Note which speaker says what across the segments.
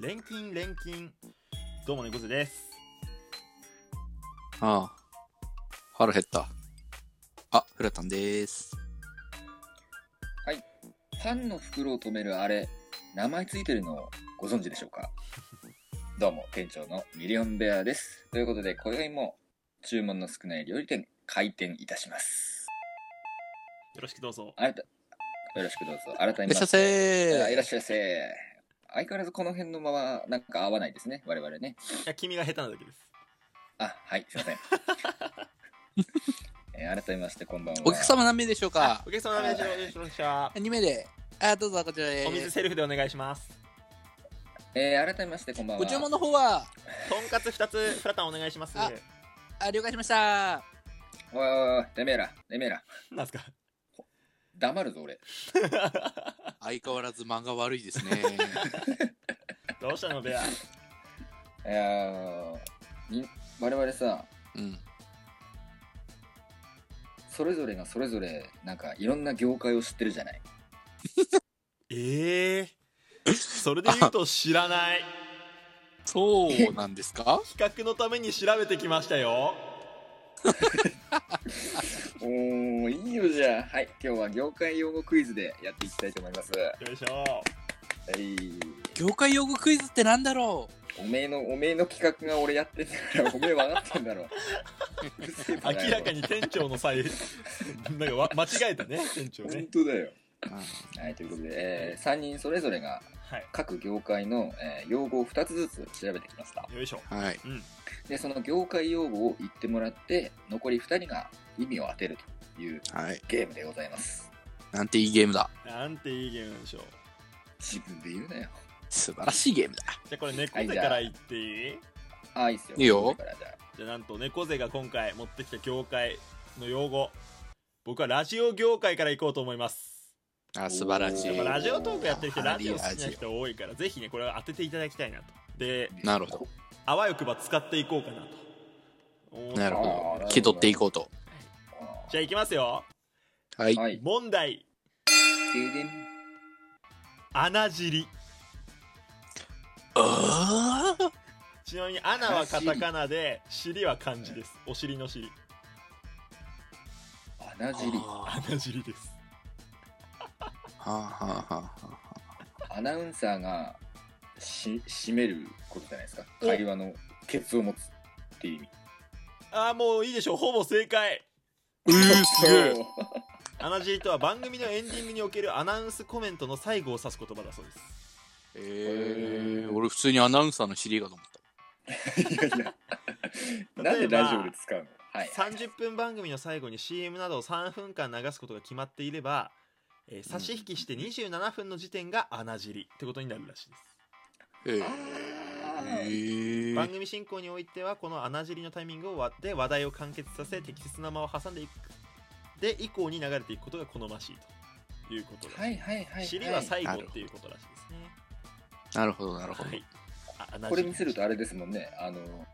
Speaker 1: 錬金錬金どうも猫背です
Speaker 2: ああ。腹減った。あ、フラタンです。
Speaker 3: パンの袋を止めるあれ、名前ついてるのをご存知でしょうか どうも、店長のミリオンベアです。ということで、今宵も注文の少ない料理店、開店いたします。
Speaker 1: よろしくどうぞ
Speaker 3: あなた、よろしくどうぞ。
Speaker 2: い
Speaker 3: 改めま
Speaker 2: らっしゃいま
Speaker 3: して。あい
Speaker 2: せ
Speaker 3: らっしゃいませ。相変わらずこの辺のまま、なんか合わないですね。我々ね。
Speaker 1: いや君が下手なだけです
Speaker 3: あ、はい、すい ません。えー改めまして、こんばんは。
Speaker 2: お客様何名でしょうか
Speaker 1: お客様の話をお願いしました
Speaker 2: 二名で。あ、どうぞこちらへ。
Speaker 1: お水セルフでお願いします
Speaker 3: えー改めまして、こんばんは。
Speaker 2: ご注文の方は、
Speaker 1: とんかつ2つフラタンお願いします
Speaker 2: ああ、了解しました。
Speaker 3: おいおいおい、てめえら、てめえら。
Speaker 1: なんすか
Speaker 3: 黙るぞ、俺。
Speaker 2: 相変わらず間が悪いです ね。
Speaker 1: どうしたのベア
Speaker 3: いやーみ我々さ
Speaker 2: うん。
Speaker 3: それぞれがそれぞれなんかいろんな業界を知ってるじゃない
Speaker 1: ええそれで言うと知らない
Speaker 2: そうなんですか
Speaker 1: 比較のために調べてきましたよ
Speaker 3: おーいいよじゃあはい今日は業界用語クイズでやっていきたいと思いますは
Speaker 1: よいしょ
Speaker 3: い
Speaker 2: 業界用語クイズってなんだろ
Speaker 3: おめえのおめえの企画が俺やってんだ からおめえ分かってんだろうるせえバカ野郎
Speaker 1: 明らかに店長の際なんかわ間違えたね店長
Speaker 3: 本
Speaker 1: ね
Speaker 3: 当だよ
Speaker 2: う、
Speaker 3: はいということで、え3人それぞれが
Speaker 1: はい
Speaker 3: 各業界の、えー用語を2つずつ調べてきました
Speaker 1: よいしょ
Speaker 2: はい。
Speaker 1: うん
Speaker 3: でその業界用語を言ってもらって残り2人が意味を当てるという
Speaker 2: はい。
Speaker 3: ゲームでございます
Speaker 2: なんていいゲームだ。
Speaker 1: なんていいゲームでしょう
Speaker 3: 自分で言うなよ。
Speaker 2: 素晴らしいゲームだ。
Speaker 1: じゃあこれ猫背から言っていい
Speaker 3: ああ、いいっすよ。
Speaker 2: いいよ
Speaker 3: これからじゃ
Speaker 1: じゃあなんと猫背が今回持ってきた業界の用語僕はラジオ業界から行こうと思います
Speaker 2: あ、素晴らし
Speaker 1: やっ
Speaker 2: い
Speaker 1: ぱ。ラジオトークやってる人
Speaker 2: おー
Speaker 1: ラジオ好きな人多いからぜひねこれを当てていただきたいなとで
Speaker 3: あ
Speaker 2: なるほど。
Speaker 1: あわよくば使っていこうかなと思って
Speaker 2: なる
Speaker 3: あーな
Speaker 2: ほ
Speaker 3: るほ
Speaker 2: ど。
Speaker 3: ど
Speaker 2: 気取っていこうと。
Speaker 1: じゃあ行きますよ
Speaker 2: はい。
Speaker 3: はい。で
Speaker 1: 問題
Speaker 3: でん
Speaker 1: 穴尻
Speaker 2: ああ。
Speaker 1: ちなみに穴はカタカナで尻は漢字ですお尻の尻
Speaker 3: 穴尻。
Speaker 2: は
Speaker 1: 穴尻です
Speaker 2: あはあはあはあ。
Speaker 3: アナウンサーがし締めることじゃないですか。会話のケツを持つっていう意味。
Speaker 1: ああもういいでしょうほぼ正解
Speaker 2: うーすげえ。
Speaker 3: そう
Speaker 1: 穴尻とは番組のエンディングにおけるアナウンスコメントの最後を指す言葉だそうです
Speaker 2: えー、俺普通にアナウンサーの知り合いかと思った。
Speaker 3: いやいや。 なんでラジオで使うのはい。
Speaker 1: 30分番組の最後に CM などを3分間流すことが決まっていれば、えー差し引きして27分の時点が穴尻ってことになるらしいです、
Speaker 2: えー
Speaker 3: あー
Speaker 2: え
Speaker 1: 番
Speaker 2: ー、
Speaker 1: 組進行においてはこの穴尻のタイミングを割って話題を完結させ適切な間を挟んでいくで以降に流れていくことが好ましいということです、
Speaker 3: はいはいはい。
Speaker 1: 尻は最後っていうことらしいですね
Speaker 2: なるほどなるほど、
Speaker 1: はいあ穴尻
Speaker 3: これ見せるとあれですもんね。あの、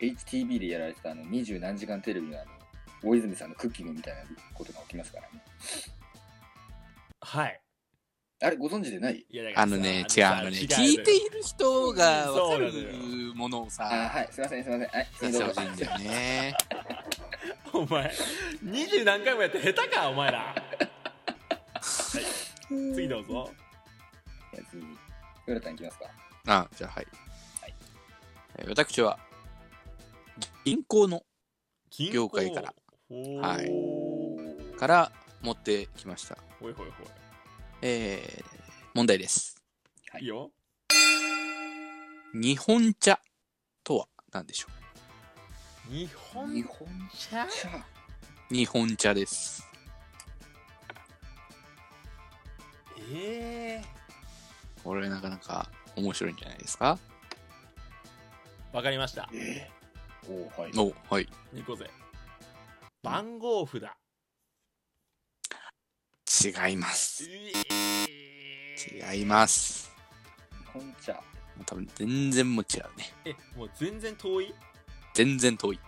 Speaker 3: HTB でやられてたあの、二十何時間テレビのあの、大泉さんのクッキングみたいなことが起きますからね。
Speaker 1: はい
Speaker 3: あれ、ご存知でない
Speaker 1: いやだから
Speaker 2: あ
Speaker 1: さ
Speaker 2: のね違う
Speaker 1: さ
Speaker 2: あのね
Speaker 1: 違う
Speaker 2: 聞いている人がわかる
Speaker 1: そうなの
Speaker 2: ものを
Speaker 3: あ
Speaker 2: さ
Speaker 3: はい、すいません、すいません。はい、すい
Speaker 2: 出し
Speaker 3: ま
Speaker 2: てほしい
Speaker 3: せん
Speaker 2: んだよね
Speaker 1: お前二十何回もやって下手かお前ら、はい、次どうぞ
Speaker 3: いや 次、ヨルタンいきますか。
Speaker 2: あじゃあはい、えー私は銀行の
Speaker 1: 銀
Speaker 2: 業界から
Speaker 1: ほう
Speaker 2: はい
Speaker 1: ほい
Speaker 2: から持ってきました
Speaker 1: ほいほい
Speaker 2: えー、問題です
Speaker 3: はい
Speaker 1: いいよ
Speaker 2: 日本茶とは何でしょ
Speaker 1: 日
Speaker 3: 日
Speaker 1: 本
Speaker 3: 本
Speaker 1: 茶
Speaker 3: 茶。
Speaker 2: う日本茶です
Speaker 1: ええ
Speaker 2: これなかなか面白いんじゃないですか
Speaker 1: わかりました
Speaker 3: えー、おーはい。
Speaker 2: おはい
Speaker 1: 猫背番号札
Speaker 2: 違います
Speaker 1: え
Speaker 2: 違います
Speaker 3: 日本茶。
Speaker 2: 多分全然もう違うね
Speaker 1: えもう全然遠い
Speaker 2: 全然遠い
Speaker 3: 日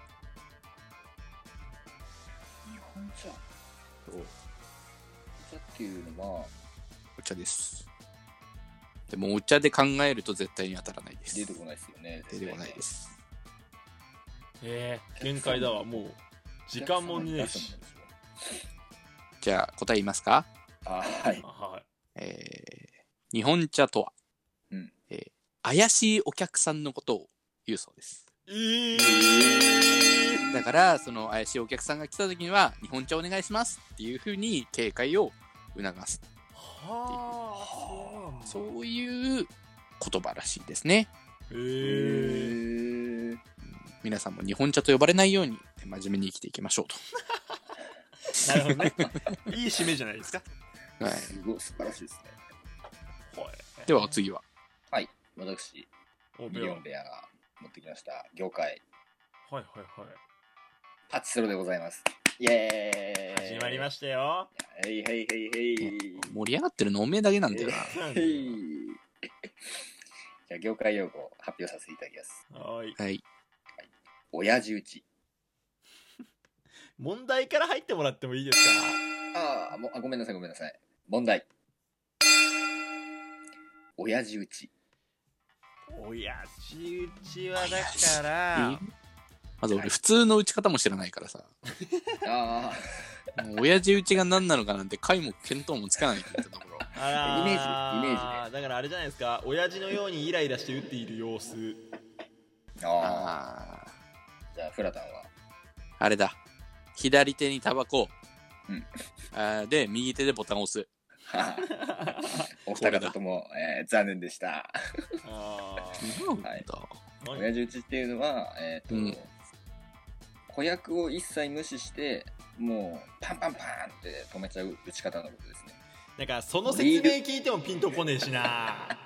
Speaker 3: 本茶。お茶っていうのは、
Speaker 2: お茶ですでもお茶で考えると絶対に当たらないです。
Speaker 3: 出てこないですよね。
Speaker 2: 出てこないです。
Speaker 1: えー、限界だわもう時間もねえし。
Speaker 2: じゃあ答え言いますか、
Speaker 3: あ、はい。
Speaker 1: は
Speaker 2: えー、日本茶とは、
Speaker 3: うん
Speaker 2: えー怪しいお客さんのことを言うそうです。
Speaker 1: いえー、
Speaker 2: だから、その怪しいお客さんが来た時には、日本茶お願いしますっていうふうに警戒を促す。
Speaker 1: はあそうなんだ
Speaker 2: そういう言葉らしいですね。
Speaker 1: え
Speaker 3: へ
Speaker 1: ー、
Speaker 3: ー
Speaker 2: 皆さんも日本茶と呼ばれないように、真面目に生きていきましょう
Speaker 1: なるほど ねいい締めじゃないですか
Speaker 2: と。はい。
Speaker 3: すごい、素晴らしいですね。
Speaker 1: ほい
Speaker 2: では、お次は。
Speaker 3: はい。私、
Speaker 1: お
Speaker 3: ミ
Speaker 1: べ
Speaker 3: リ
Speaker 1: よ
Speaker 3: オンベアが持ってきました。業界、
Speaker 1: はいはいは
Speaker 3: パチスロでございます。イエ
Speaker 1: い
Speaker 3: ーイ
Speaker 1: 始まりましたよ
Speaker 3: た。はいはいはいはい。
Speaker 2: 盛り上がってるのおめえだけなんだよな。
Speaker 3: へいじゃあ、業界用語を発表させていただきます。
Speaker 1: はい
Speaker 2: はい。
Speaker 3: 親父打ち。
Speaker 1: 問題から入ってもらってもいいですか
Speaker 3: あーもうあ、ごめんなさいごめんなさい。問題。親父打ち。
Speaker 1: 親父打ちはだから
Speaker 2: まず俺、普通の打ち方も知らないからさ。
Speaker 3: あ
Speaker 2: もう親父打ちが何なのかなんて、解も見当もつかないって言ったところ。
Speaker 1: あら
Speaker 3: イメージイメー
Speaker 1: ジだからあれじゃないですか親父のようにイライラして打っている様子
Speaker 3: あ。ああ。
Speaker 2: ああ。
Speaker 3: じゃあ、フラタンは。
Speaker 2: あれだ。左手にタバコ。
Speaker 3: うん
Speaker 2: あーで、右手でボタンを押す。
Speaker 3: はあお二方とも、えー残念でした。
Speaker 1: あ
Speaker 2: うん
Speaker 3: はい
Speaker 2: と
Speaker 1: ー何
Speaker 3: 親父打ちっていうのは、えっと
Speaker 2: うん
Speaker 3: 子役を一切無視してもうパンパンパンって止めちゃう打ち方のことですね
Speaker 1: なんかその説明聞いてもピンとこねえしな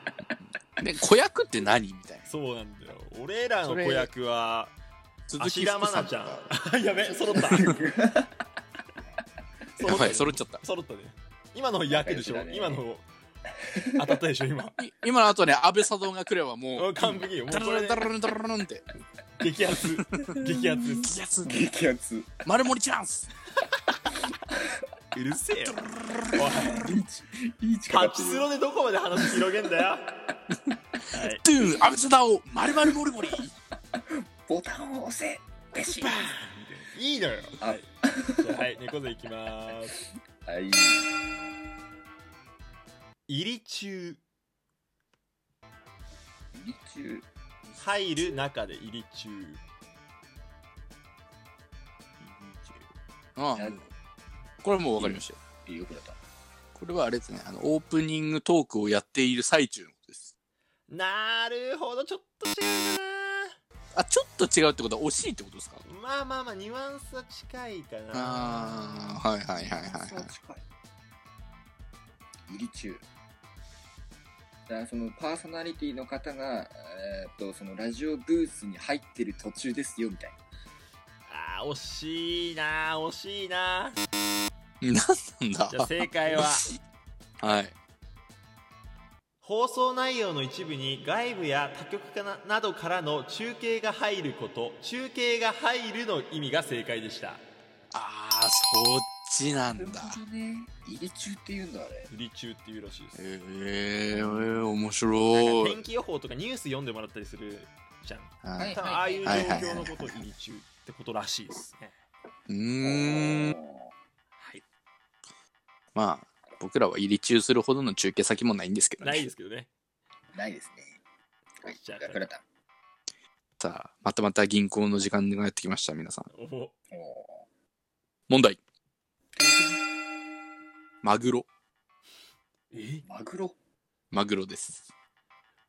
Speaker 2: で、子役って何みたいな。
Speaker 1: そうなんだよ俺らの子役は
Speaker 2: 鈴
Speaker 1: 芦田愛菜ち
Speaker 2: ん
Speaker 1: ゃんやべ揃った
Speaker 2: とか。やばい、揃っちゃった。
Speaker 1: 揃ったね今の役でしょ
Speaker 3: 仲良しだ
Speaker 1: 今
Speaker 3: ね
Speaker 1: の当たったでしょ 今
Speaker 2: い今の後ね、安倍佐藤が来ればも
Speaker 1: う
Speaker 2: う、
Speaker 1: ん完璧よもう
Speaker 2: ダ
Speaker 1: こ
Speaker 2: ラ
Speaker 1: れ
Speaker 2: ル
Speaker 1: で
Speaker 2: ダラルダラルンって、
Speaker 1: 激アツ激アツです
Speaker 2: 激アツ、
Speaker 3: 激アツ
Speaker 2: 丸盛りチャンス
Speaker 1: うるせえよ
Speaker 3: リーチリーチかか
Speaker 1: パ
Speaker 3: って
Speaker 1: チ
Speaker 3: る
Speaker 1: スロでどこまで話広げんだよはい
Speaker 2: ドゥーン安倍佐藤丸々モリモリ
Speaker 3: ボタンを押せペシバ
Speaker 1: いいのよ
Speaker 3: あ
Speaker 1: じゃあはい猫背いきます
Speaker 3: ンはい
Speaker 1: 入り中
Speaker 3: リ中
Speaker 1: 入る中で入り中
Speaker 2: あ
Speaker 3: や
Speaker 2: あ、これはもうわかりましたよ。
Speaker 3: いいよフラタン
Speaker 2: これはあれですね、あの、オープニングトークをやっている最中のことです。
Speaker 1: なるほどちょっと違う
Speaker 2: あ、ちょっと違うってことは惜しいってことですか
Speaker 1: かなまあまあまあニュアンスは近いかな
Speaker 2: ああ、はいはいはいはい
Speaker 3: そ
Speaker 2: は
Speaker 3: う
Speaker 2: い。
Speaker 3: 近い入り中だからそのパーソナリティの方が、えーっとそのラジオブースに入ってる途中ですよみたいな
Speaker 1: あー惜しいな惜しいな
Speaker 2: なんなん
Speaker 1: じゃあ
Speaker 2: だ
Speaker 1: 正解は
Speaker 2: はい。
Speaker 1: 放送内容の一部に外部や他局かななどからの中継が入ること中継が入るの意味が正解でした
Speaker 2: ああ、そっちなんだ。
Speaker 3: ね入り中って言うんだあれ
Speaker 1: 売り中っていうらしいです
Speaker 2: ええ面
Speaker 1: なん
Speaker 2: 白
Speaker 1: か
Speaker 2: い
Speaker 1: 天。気予報とかニュース読んでもらったりするじゃん
Speaker 2: はい
Speaker 1: 多分ああいう状
Speaker 2: はいはい
Speaker 1: 況のことを入り中ってことらしいですね
Speaker 2: うーん。
Speaker 1: はい
Speaker 2: まあ、僕らは入り中するほどの中継先もないんですけどね。
Speaker 1: ないですけどね
Speaker 3: ないですねはい
Speaker 1: じ
Speaker 3: じ
Speaker 1: ゃ
Speaker 3: ゃ
Speaker 1: あ
Speaker 3: あフラタ
Speaker 2: さあ、またまた銀行の時間がやってきました、皆さん。
Speaker 1: おお
Speaker 3: ンお
Speaker 2: 問題。マグロ。
Speaker 1: え
Speaker 3: ーマグロ
Speaker 2: マグロです。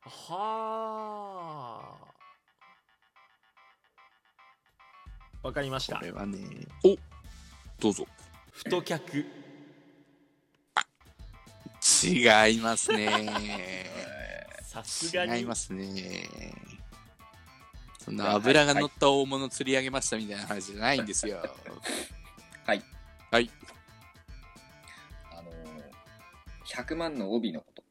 Speaker 1: はあわかりまし
Speaker 2: こ
Speaker 1: た
Speaker 2: れはね。おどうぞ。
Speaker 1: 太客
Speaker 2: 違います ね。
Speaker 1: さすが
Speaker 2: 違い
Speaker 1: に
Speaker 2: ますね。そんな油が乗った大物釣り上げましたみたいな話じゃないんですよ。
Speaker 3: あのー、100万の帯のこと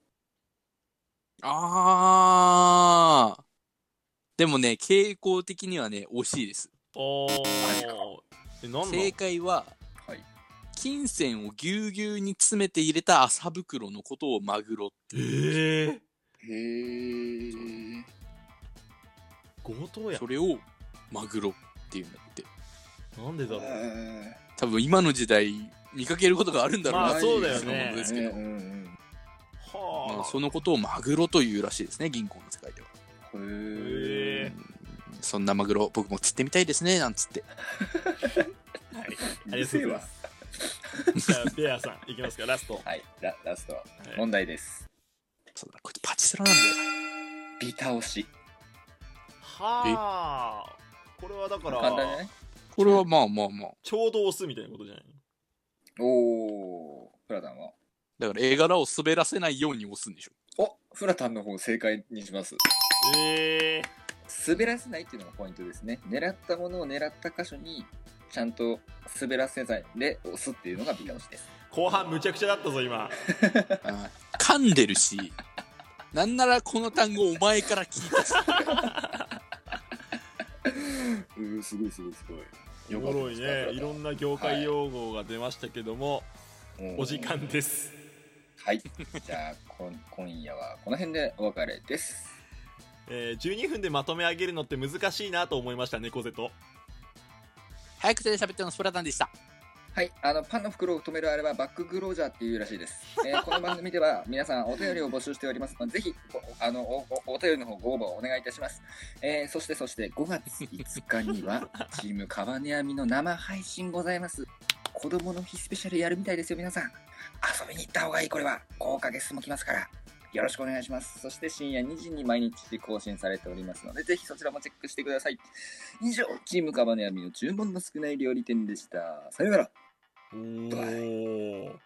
Speaker 2: あー。でもね、傾向的にはね、惜しいです。
Speaker 1: おおえなんだ
Speaker 2: 正解は、
Speaker 3: はい
Speaker 2: 金銭をぎゅうぎゅうに詰めて入れた麻袋のことをマグロ。
Speaker 1: ええ
Speaker 3: えへえ。
Speaker 1: 強盗や
Speaker 2: それをマグロっていうんだって
Speaker 1: なんでだろう
Speaker 2: 多分今の時代見かけることがあるんだろうな
Speaker 1: まあそうだよね
Speaker 2: っていものですけど、
Speaker 3: うんうん
Speaker 1: は
Speaker 2: ま
Speaker 1: あ
Speaker 2: あ、そのことをマグロというらしいですね銀行の世界では
Speaker 3: うん。へえ。
Speaker 1: へえ
Speaker 2: そんなマグロ僕も釣ってみたいですねなんつって
Speaker 1: はい、あ
Speaker 3: う
Speaker 1: りが
Speaker 3: る
Speaker 1: と
Speaker 3: せ
Speaker 1: う
Speaker 3: え
Speaker 1: ございま
Speaker 3: わ。
Speaker 1: すじゃあベアさんいきますかラスト、
Speaker 3: はい、ララスト、
Speaker 1: はい
Speaker 3: 問題です。
Speaker 2: そうだこいつパチスロなんだよ
Speaker 3: ビタ押し。
Speaker 1: はあこれはだか
Speaker 3: 簡単じゃな
Speaker 1: ら
Speaker 3: い
Speaker 2: これはまあまあまあ
Speaker 1: ちょうど押すみたいなことじゃない
Speaker 3: おー、フラタンは。
Speaker 2: だから絵柄を滑らせないように押すん でしょ
Speaker 3: お、フラタンの方正解にします。
Speaker 1: ええ
Speaker 3: 滑らせないっていうのがポイントですね。狙ったものを狙った箇所に、ちゃんと滑らせないで押すっていうのがビタ押しです。
Speaker 1: 後半むちゃくちゃだったぞ今
Speaker 2: あー噛んでるしなんならこの単語お前から聞いたし
Speaker 3: うー、すごいすごいすごい。
Speaker 1: おもろいねいろんな業界
Speaker 3: を。
Speaker 1: 用語が出ましたけども、
Speaker 3: はい
Speaker 1: お時。間です
Speaker 3: はい。じゃあ、こん今夜はこの辺でお別れです。
Speaker 1: えー、12分でまとめ上げるのって難しいなと思いました猫背と
Speaker 2: 早口で喋ってのスプラタンでした
Speaker 3: はい、あのパンの袋を止めるあればバックグロージャーっていうらしいです。えーこの番組では皆さんお便りを募集しておりますので、ぜひごあのおおお便りの方ご応募お願いいたします。えーそしてそして5月5日にはチームカバネアミの生配信ございます。子供の日スペシャルやるみたいですよ皆さん。遊びに行った方がいいこれは豪華ゲストも来ますから。よろしくお願いします。そして深夜2時に毎日更新されておりますので、ぜひそちらもチェックしてください。以上、チームカバネアミの注文の少ない料理店でした。さようなら。
Speaker 1: おー